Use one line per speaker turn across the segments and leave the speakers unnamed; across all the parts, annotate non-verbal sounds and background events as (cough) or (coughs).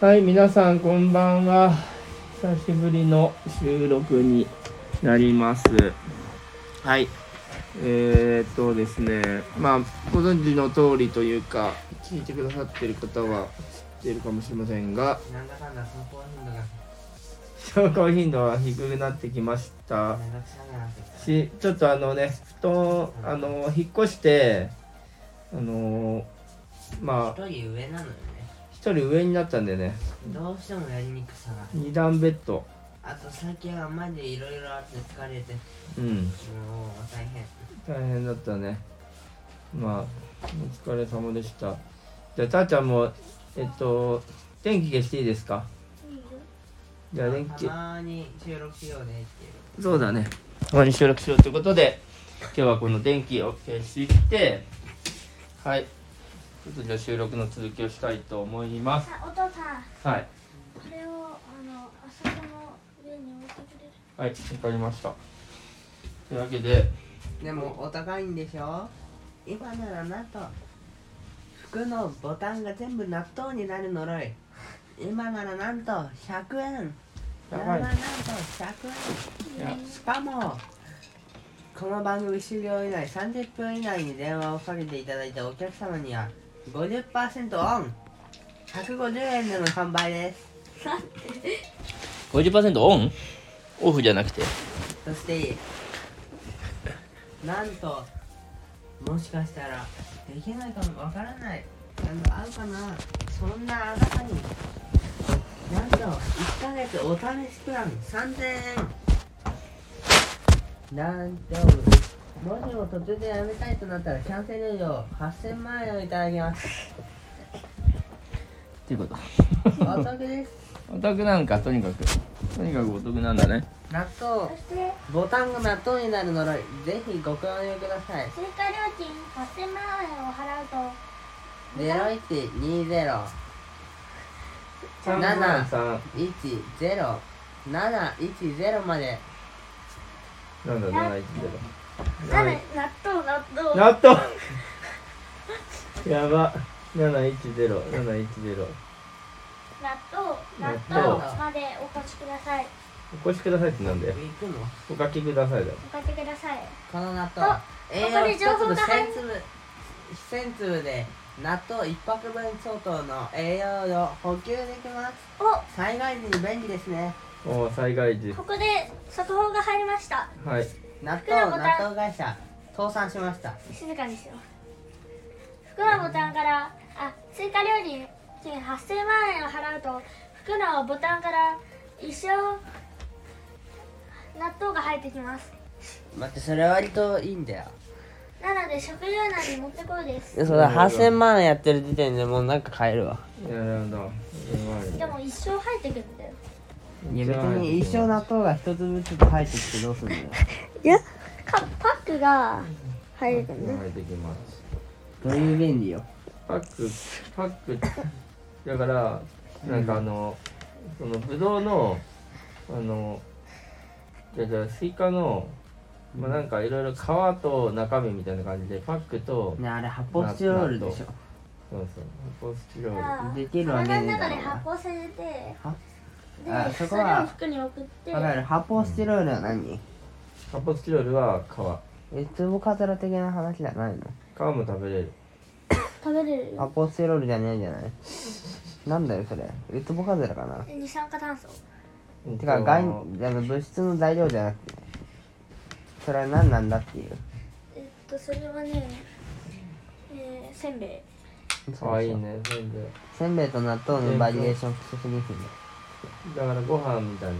はい、皆さんこんばんは。久しぶりの収録になります。はい。えー、っとですね、まあ、ご存知の通りというか、聞いてくださってる方は知っているかもしれませんが、
なんだかんだそのコーヒーのが
消耗頻度は低くなってきました。
めんどくさくなってきた。
しちょっとあのね布団あの引っ越してあのまあ
一人上なのよね。
一人上になったんでね
どうしてもやりにくさがある。
二段ベッド
あと最近はマジでいろいろあって疲れて、も
うん
う大変。
大変だったねまあお疲れ様でしたじゃあたーちゃんもえっと電気消していいですかじゃあ電気
たまに収録しようねっていう。
そうだねここに収録しようということで今日はこの電気を消してはいちょっとじゃあ収録の続きをしたいと思います
さお父さん
はい
これをあのあそこの上に置いてくれる
はい、わかりました。というわけで、
でもお高いんでしょ今ならなんと、服のボタンが全部納豆になる呪い。今ならなんと100円。
やば
今ないらなんと100円。
いや
しかもこの番組終了以内30分以内に電話をかけていただいたお客様には50%オン150円での販売です
50%オンオフじゃなくて。
そしてなんともしかしたらできないかもわからないあの合うかなそんなあなたになんと1ヶ月お試しプラン3000円なんともしも途中でやめたいとなったらキャンセル料8000万円をいただきます
っていう (laughs) こと。
お得です
お得なんか、とにかく。とにかくお得なんだね。
納豆
そして
ボタンが納豆になる呪いぜひご購入ください
追加料金8000万円を払うと
0120
3
10710まで
なんだ、710。
さらに納豆納豆
納豆やば。710、710。
納豆納
納
豆までお越しください
お越しくださいってなんだよ。
行くの
お書きくださいだよ。
おかけください
この納豆
あここで情報が入る
1000粒1000粒で納豆1泊分相当の栄養を補給できます
お
災害時に便利ですね
おー災害時。
ここで速報が入りました
はい。
納
福
豆
のボタン
納豆会社倒産しました
静かにしよう福のボタンからあ追加料金8000万円を払うと福のボタンから一生納豆が入ってきます
待ってそれ割といいんだよ
なので食料難に持ってこいです
そ
れ8000
万円やってる時点でもうなんか買えるわ
いや、なんだ。やばいね
でも一生入ってくるんだよ
いや別に一生納豆が一粒ずつ入ってきてどうするんだよ
いやかパックが入るんだ
入ってきます。
どういう便利よ
パックパックだからなんかあの、そのブドウのあのじゃじゃスイカのまあなんかいろいろ皮と中身みたいな感じでパックと
ねあれ発泡スチロールでしょ
そうそうポスチロー
から
できるわけねえ
体の
だろ
中で発泡させて
はあ
で
そ
そ
こ
れを
は
服に送って
わかる発泡スチロールは何
ルポスチロールは皮
えつぼカズラ的な話じゃないの
皮も食べれる
食べれるよ
発泡スチロールじゃねえじゃ (laughs) ないなんだよそれウツボカズラかな
二酸化炭素
てか外あの物質の材料じゃなくてそれは何なんだっていう
えっとそれはね、えー、せんべい
かわいいね全部
せんべいと納豆のバリエーション不足ですね
だからご飯みたいな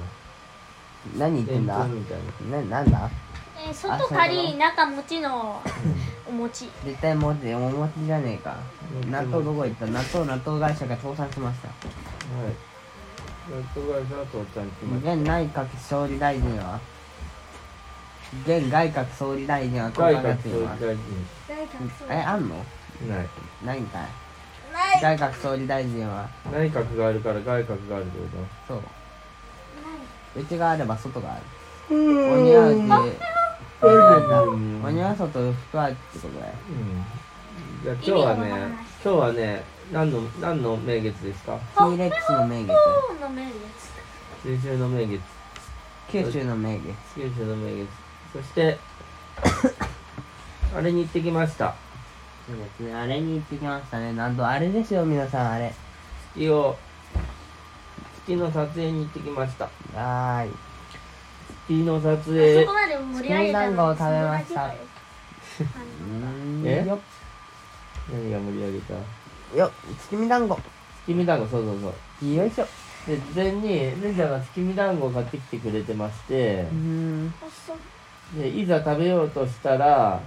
何言って
でん
ん
ぷ
だ
んみたいな
ななんだ
えー、外カ
そういう
リ
こ
中餅のお餅
絶対持ってお餅じゃねえか
餅
納豆どこ行った納豆納豆会社が倒産しました
はい納豆会社は父ちゃん来まし
現内閣総理大臣は現外閣総理大臣は
た外
当
閣
番
総
つい
理
ま
大
す
大体そう
えあんの
臣いない
ないんかい
ないない
外閣総理大臣は
内閣があるから外閣があるってこと
そう内があれば外がある
う
お庭は内
ん。
お庭は外福はってことだよ
うん。じゃあ今日はね
意味がわからない、
今日はね、何の何の名月ですか？
T レックスの名月
本の名月
中秋の名月、
九州の名月
九州の名月。そ
(coughs)
して、あれに行ってきました。
そうですねあれに行ってきましたねなんとあれですよ皆さんあれ
月を月の撮影に行ってきました。
はーい
月の撮
あ
影
そこ、まで盛り上げ
チキン
たのに
南蛮を食べました
そんな時間よ
うーん
え
よ
何が盛り上げた？
っよっ月見団子
月見団子、そうそうそう。
よいしょ
で事前にレジャーが月見団子を買ってきてくれてまして
うー、ん
あそう
でいざ食べようとしたら、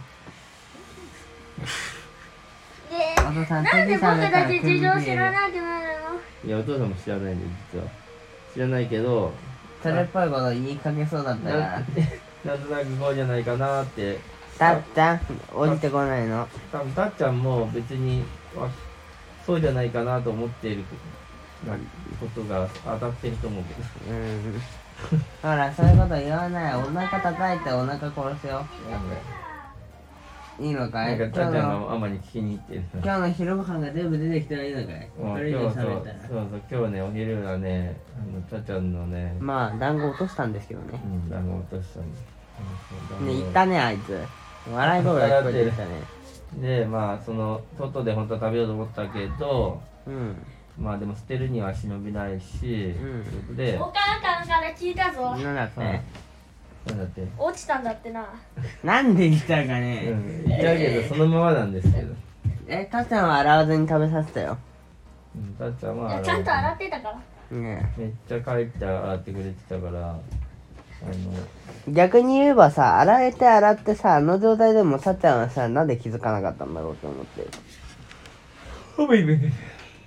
で
お父さん
なんで
富士
僕
山だから
たち事情知らなくなるの
いやお父さんも知らないんで実は知らないけど。
それっぽいこと言いかけそうだった
な
ら
なんとなくこうじゃないかなって
たっちゃん降りてこないの
多分たっちゃんも別にあそうじゃないかなと思っていることが当たってると思うけど
うーんほらそういうこと言わないお腹叩いてお腹殺すよいいのか
ないんか
今日
たっちゃん
の
のママに聞きに行ってる
今日の昼ご飯が全部出てきたらいいのかい
うん
それ以
今
上
日そう
喋ったら
そうそう今日ねお昼はねあのたっちゃんのね、
まあ団子落としたんですけどね
うん、あの落としたんです
ね行ったねあいつ笑い声が聞こえてきたね
でまあその外で本当は食べようと思ったけど
うん
まあでも捨てるには忍びないし、
うん
ということで
お母さんから聞いたぞ
なんだっ
うん
て
なんだって
落ちたんだってな
なんで来たか
う
ね
ん、だけどそのままなんですけど、
えたっちゃんは洗わずに食べさせたよ
うん、たっちゃん
い
は
や
あの
ちゃんと洗ってたから
ね
めっちゃ帰って洗ってくれてたからあ (laughs) の
え逆に言えばさ洗えて洗ってさあの状態でもさっちゃんはさなんで気づかなかったんだろうと思って
ほべべ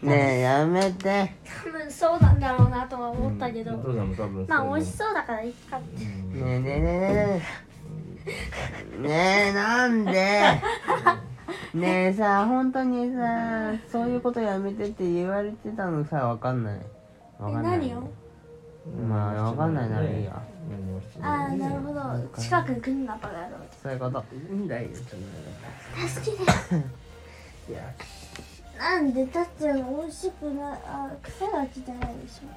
ねえやめて
多分そうなんだろうなとは思ったけど、
お父さんも多分そう
まあ美味しそうだからいいかって
うん
ねえねえねえねえねえねえなんでねえさ本当にさそういうことやめてって言われてたのさわかんないわかんない
何を
まあわかんないならいいや
何もして
あ
ない
あなるほど近くに来んなバカ野郎
そういうこと
いいんだよそん
助けて
ないや
なんでだって美味しくないあ癖が来てないでしょ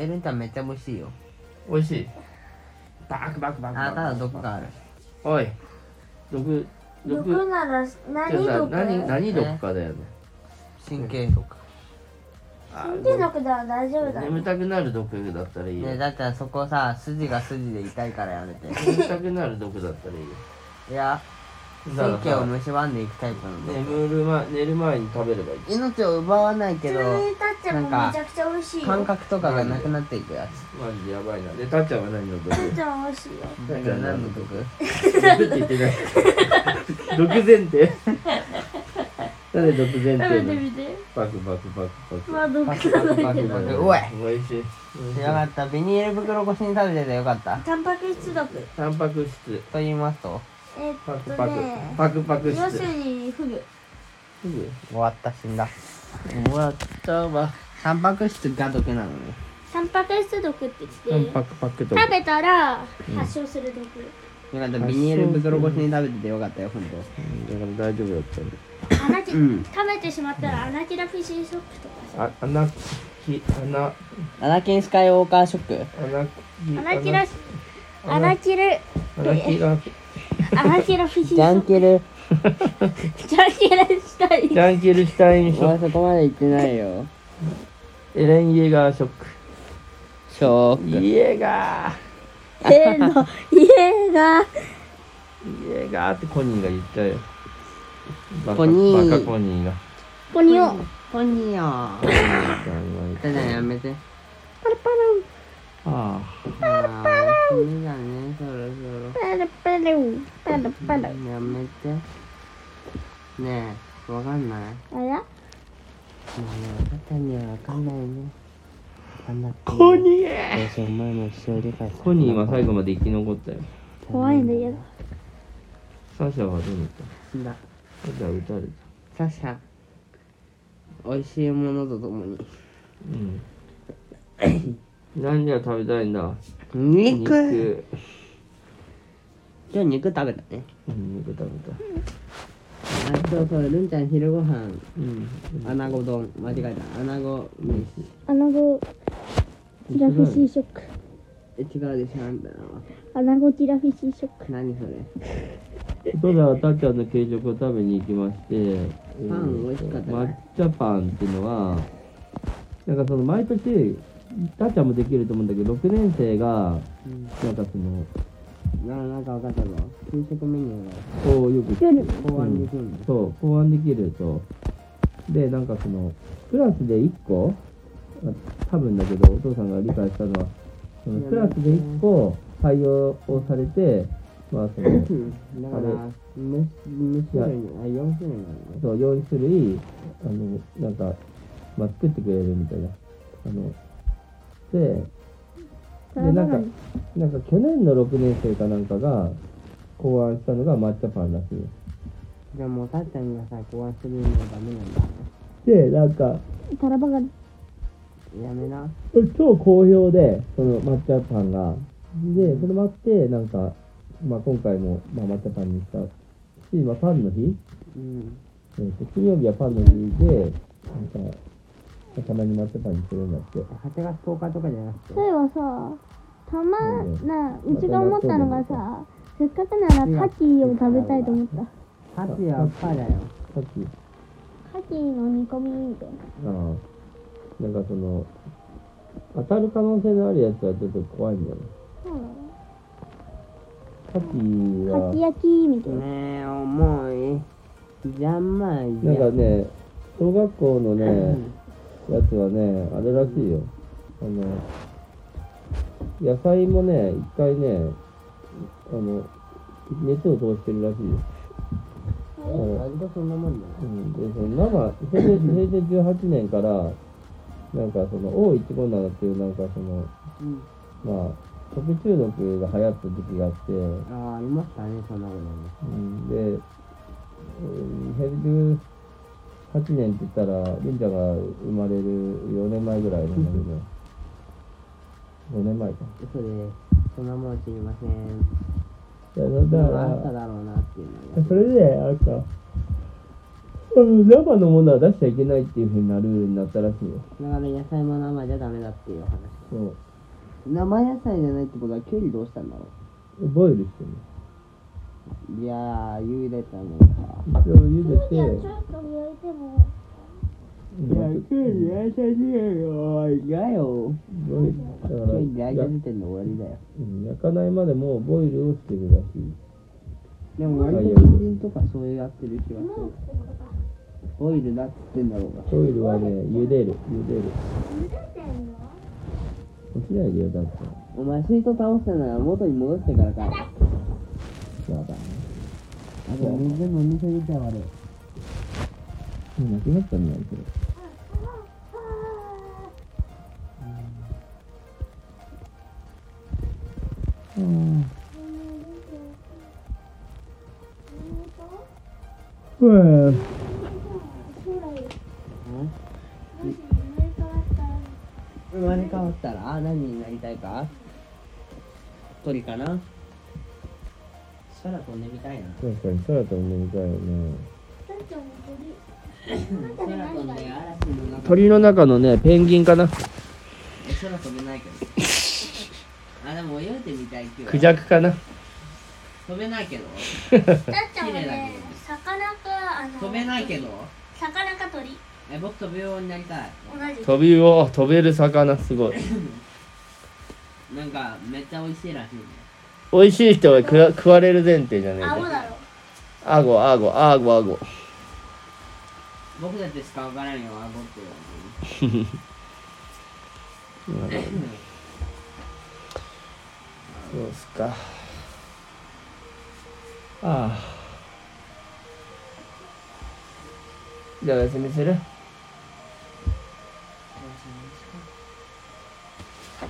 エルンちゃんめっちゃ美味しいよ
美味しいバクバクバクバク
あただ毒がある
おい毒
毒
毒
なら
ちょ
何
っとさ
毒
何何毒かだよね
神経毒
あ
神経毒では大丈夫だ
眠たくなる毒だったらいいよ
ねえだってそこさ筋が筋で痛いからやめて
(laughs) 眠たくなる毒だったらいいよ
いや神経を蝕んでいくタイプなんで
眠る、ま、寝る前に食べればいい
命を奪わない
普
け
通
ど
に立ってもめちゃくちゃ美味しいよ
感覚とかがなくなっていくやつ
マジでやばいなでたっちゃんは何の毒
立っても美味しいよ
だから何の
毒
毒って言ってない毒前提なんで毒前提な
食べて
の
みて
バクバクバクバク
まあ毒
パクパクパクパクおい
おいしい
よかったビニール袋越しに食べててよかった
タンパク質毒
タンパク質
と言いますと
えっ
パク
と
パク
ね
パクパク
要
質
するにフグ
すぐ
終わった死んだ
終わったわ
タンパク質が毒なのね
タンパク質毒って
タ
言っ
ン
て
パクパクと
食べたら発症する毒、
よかったビニール袋越しに食べててよかったよ本当
うんだから大丈夫だったんだ
アナキ
うん
食べてしまったらアナキラフィシーショックとかさ
あ穴き穴
アナキンスカイウォーカーショック
穴き
アナキラ
穴
アナキル
穴きが
アナキラフィシーシ
ジャ
ョッ
ン
ク
ケル
ジャンケラしたい
ジャンケルシュタインシ
お
ョッ
前そこまで言ってないよ
クエレン・イエガーショッ
ショ
ク
ック
イエガー
えの家が
イエガーってコニーが言っちゃうよバカ
コニー
バカコニーが
こにを
ポニーよただやめ (laughs) て
あ
ああ死ぬだねそろそろ
パラパラパラパラ
やめてねえわかんない
あら
もうねあなたにはわかんないね頑張って
コニー
どうせお前も一生理解する
コニーは最後まで生き残ったよ
怖いんだけど
サシャはどうなった
死んだ
サシャは撃たれた
サシャ美味しいものとともに
うん何が食べたいんだ
肉
肉
今日肉食べたね
うん肉食べた
あそうそうルンちゃん昼ご飯
うん。
穴子丼間違えた穴子飯
穴子ティラフィシーショック
え違うでしょあんたのは
穴子ティラフィシーショック
何それ
ただ、たっちゃんの軽食を食べに行きまして、
パン美味しかったね
抹茶パンっていうのは、なんかその毎年、たっちゃんもできると思うんだけど、6年生が、
うん
なんかその、
ななんか分かったぞ給食メニュー
こうよく、
夜
が考案できるんだ、
そう、考案できると。で、なんかその、クラスで1個、あ多分だけど、お父さんが理解したのは、そのクラスで1個採用をされて、まあその、
だから
あ
むむ種類にあ4種類なのね
そう4種類あのなんか、まあ、作ってくれるみたいなあのででなんかなんか去年の6年生かなんかが考案したのが抹茶パンらしいよ
じゃあもうたっちゃんがさ考案するのはダメなんだ
でなんか
タラバガニ
やめな
超好評でその抹茶パンがでそれもあってなんか、まあ、今回も、まあ、抹茶パンにしたし、まあ、パンの日
うん
えーと金曜日はパンの日でなんかたまに抹茶パンにするんだって
8月10日とかじゃなくて
そういえばさたま
うん
な
うん
うちが思ったのがさせっかくならカキを食べたいと思った
パチはパだよ
さっき
カキの煮込みみたいな
ああなんかその当たる可能性のあるやつはちょっと怖いんだよね
そう
カキ
なのカキ
は
焼きみたいな
ねえ重いじゃんまいじ
なん
ゃ
かね小学校のね
うん
やつはねあれらしいよあの野菜もね一回ねあの熱を通してるらしいよ、あの
割とそんなもんだよ
うん、でその生平 (laughs) 成平成18年からなんかその O157 っていうなんかその
うん
まあ食中毒が流行った時期があって、
ああありましたねそんなことね
うんで、うん、18年って言ったら、りんちゃんが生まれる4年前ぐらいなんだけど、5年前か。
嘘ですそんなもん知りません
いやだ
だ
だか
あった
ら、
だろうなっていうのが
それで、あれか、うん生のものは出しちゃいけないっていうふうになるルールになったらしいよ。
だから野菜も生じゃダメだっていう話
そう
生野菜じゃないってことはきゅうりどうしたんだろ
ボイルしてね。
ういやー茹でたのか
一応茹でて、
っと焼いても
いやきゅうり焼いたよ嫌よ
ボイル
き
だから
ゅうり焼い
や
た時点で終わりだよ
うん焼かないまでもボイルをしてるらしい。
でも割と人参とかそういうやってる気がするオイルだって言ってんだろうが
ボイルはね、茹でる、茹でる。落ちないでよ、だって。
お前水筒倒したなら元に戻してからか
やだ。
あと水飲みすぎちゃ悪い
もうなくなったんだけど。うん。うん。
生まれ変わったら何になりたいか鳥かな空飛んでみたいな
確かに空飛んでみたいよね。
空飛んで嵐の中
鳥の中のね、ペンギンかな。
え空飛べないけどあでも泳いでみたいけど
クジャクかな。
飛べないけど
たっちゃんはね、魚か、あの、
飛べないけど
魚か鳥、
え僕飛ぶようになりたい
同じ。
飛びを飛べる魚すごい。
なんかめっちゃ美味しいらしいね
美味しい人は食わ食われる前提じゃねえ
顎
か。
だろ。
あごあごあごあご。
僕だってしか分からんよあごっていうの
そうっすか。ああ。じゃあお休みする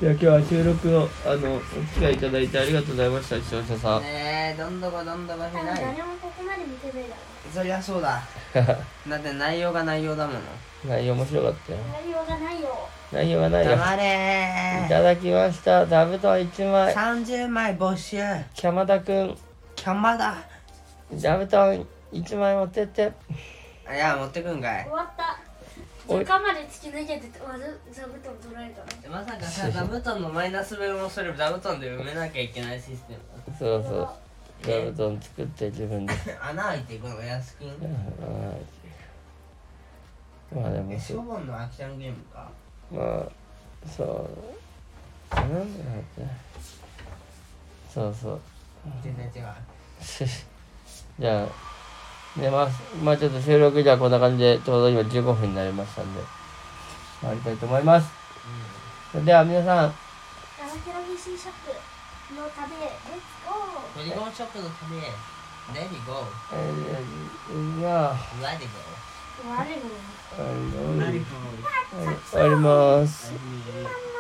じゃあ今日は収録のあのお機会いただいてありがとうございました視聴者さん。 (laughs)
ねえどんどこどんどこ
多分
しない
誰もここまで見てないだろ。
そりゃそうだだって内容が内容だもの
内容面白かったよ。
内容がないよ。
内容はないよ。
黙
い
れ
ただきました。座布団1枚
ー。30枚募集
キャマダくん、
キャンバだ
座布団1万円持ってって
あいや持ってくんかい
終わった
おい
時間まで突き抜けてまず座布団取られたの
まさか
(laughs)
さ座布団のマイナス分をそれ座布団で埋めなきゃいけないシステム
そうそう座布団作って自分で
(laughs)
(laughs)
穴開いていくのが安くん
はいまあでも
えシ
そ
ョ
う
ボンのアクションゲームか
まあそうなんだってそうそう
全然違う
(laughs) じゃあねまあまあちょっと収録じゃあこんな感じでちょうど今15分になりましたんで終わりたいと思います、それでは皆さん
ガラケロ PC ショップの旅へレッツゴー
ポリゴンショップのためレディゴー
えー、じゃあ
レディ
悪いのよ
あの
ゴー
終わります
レディゴー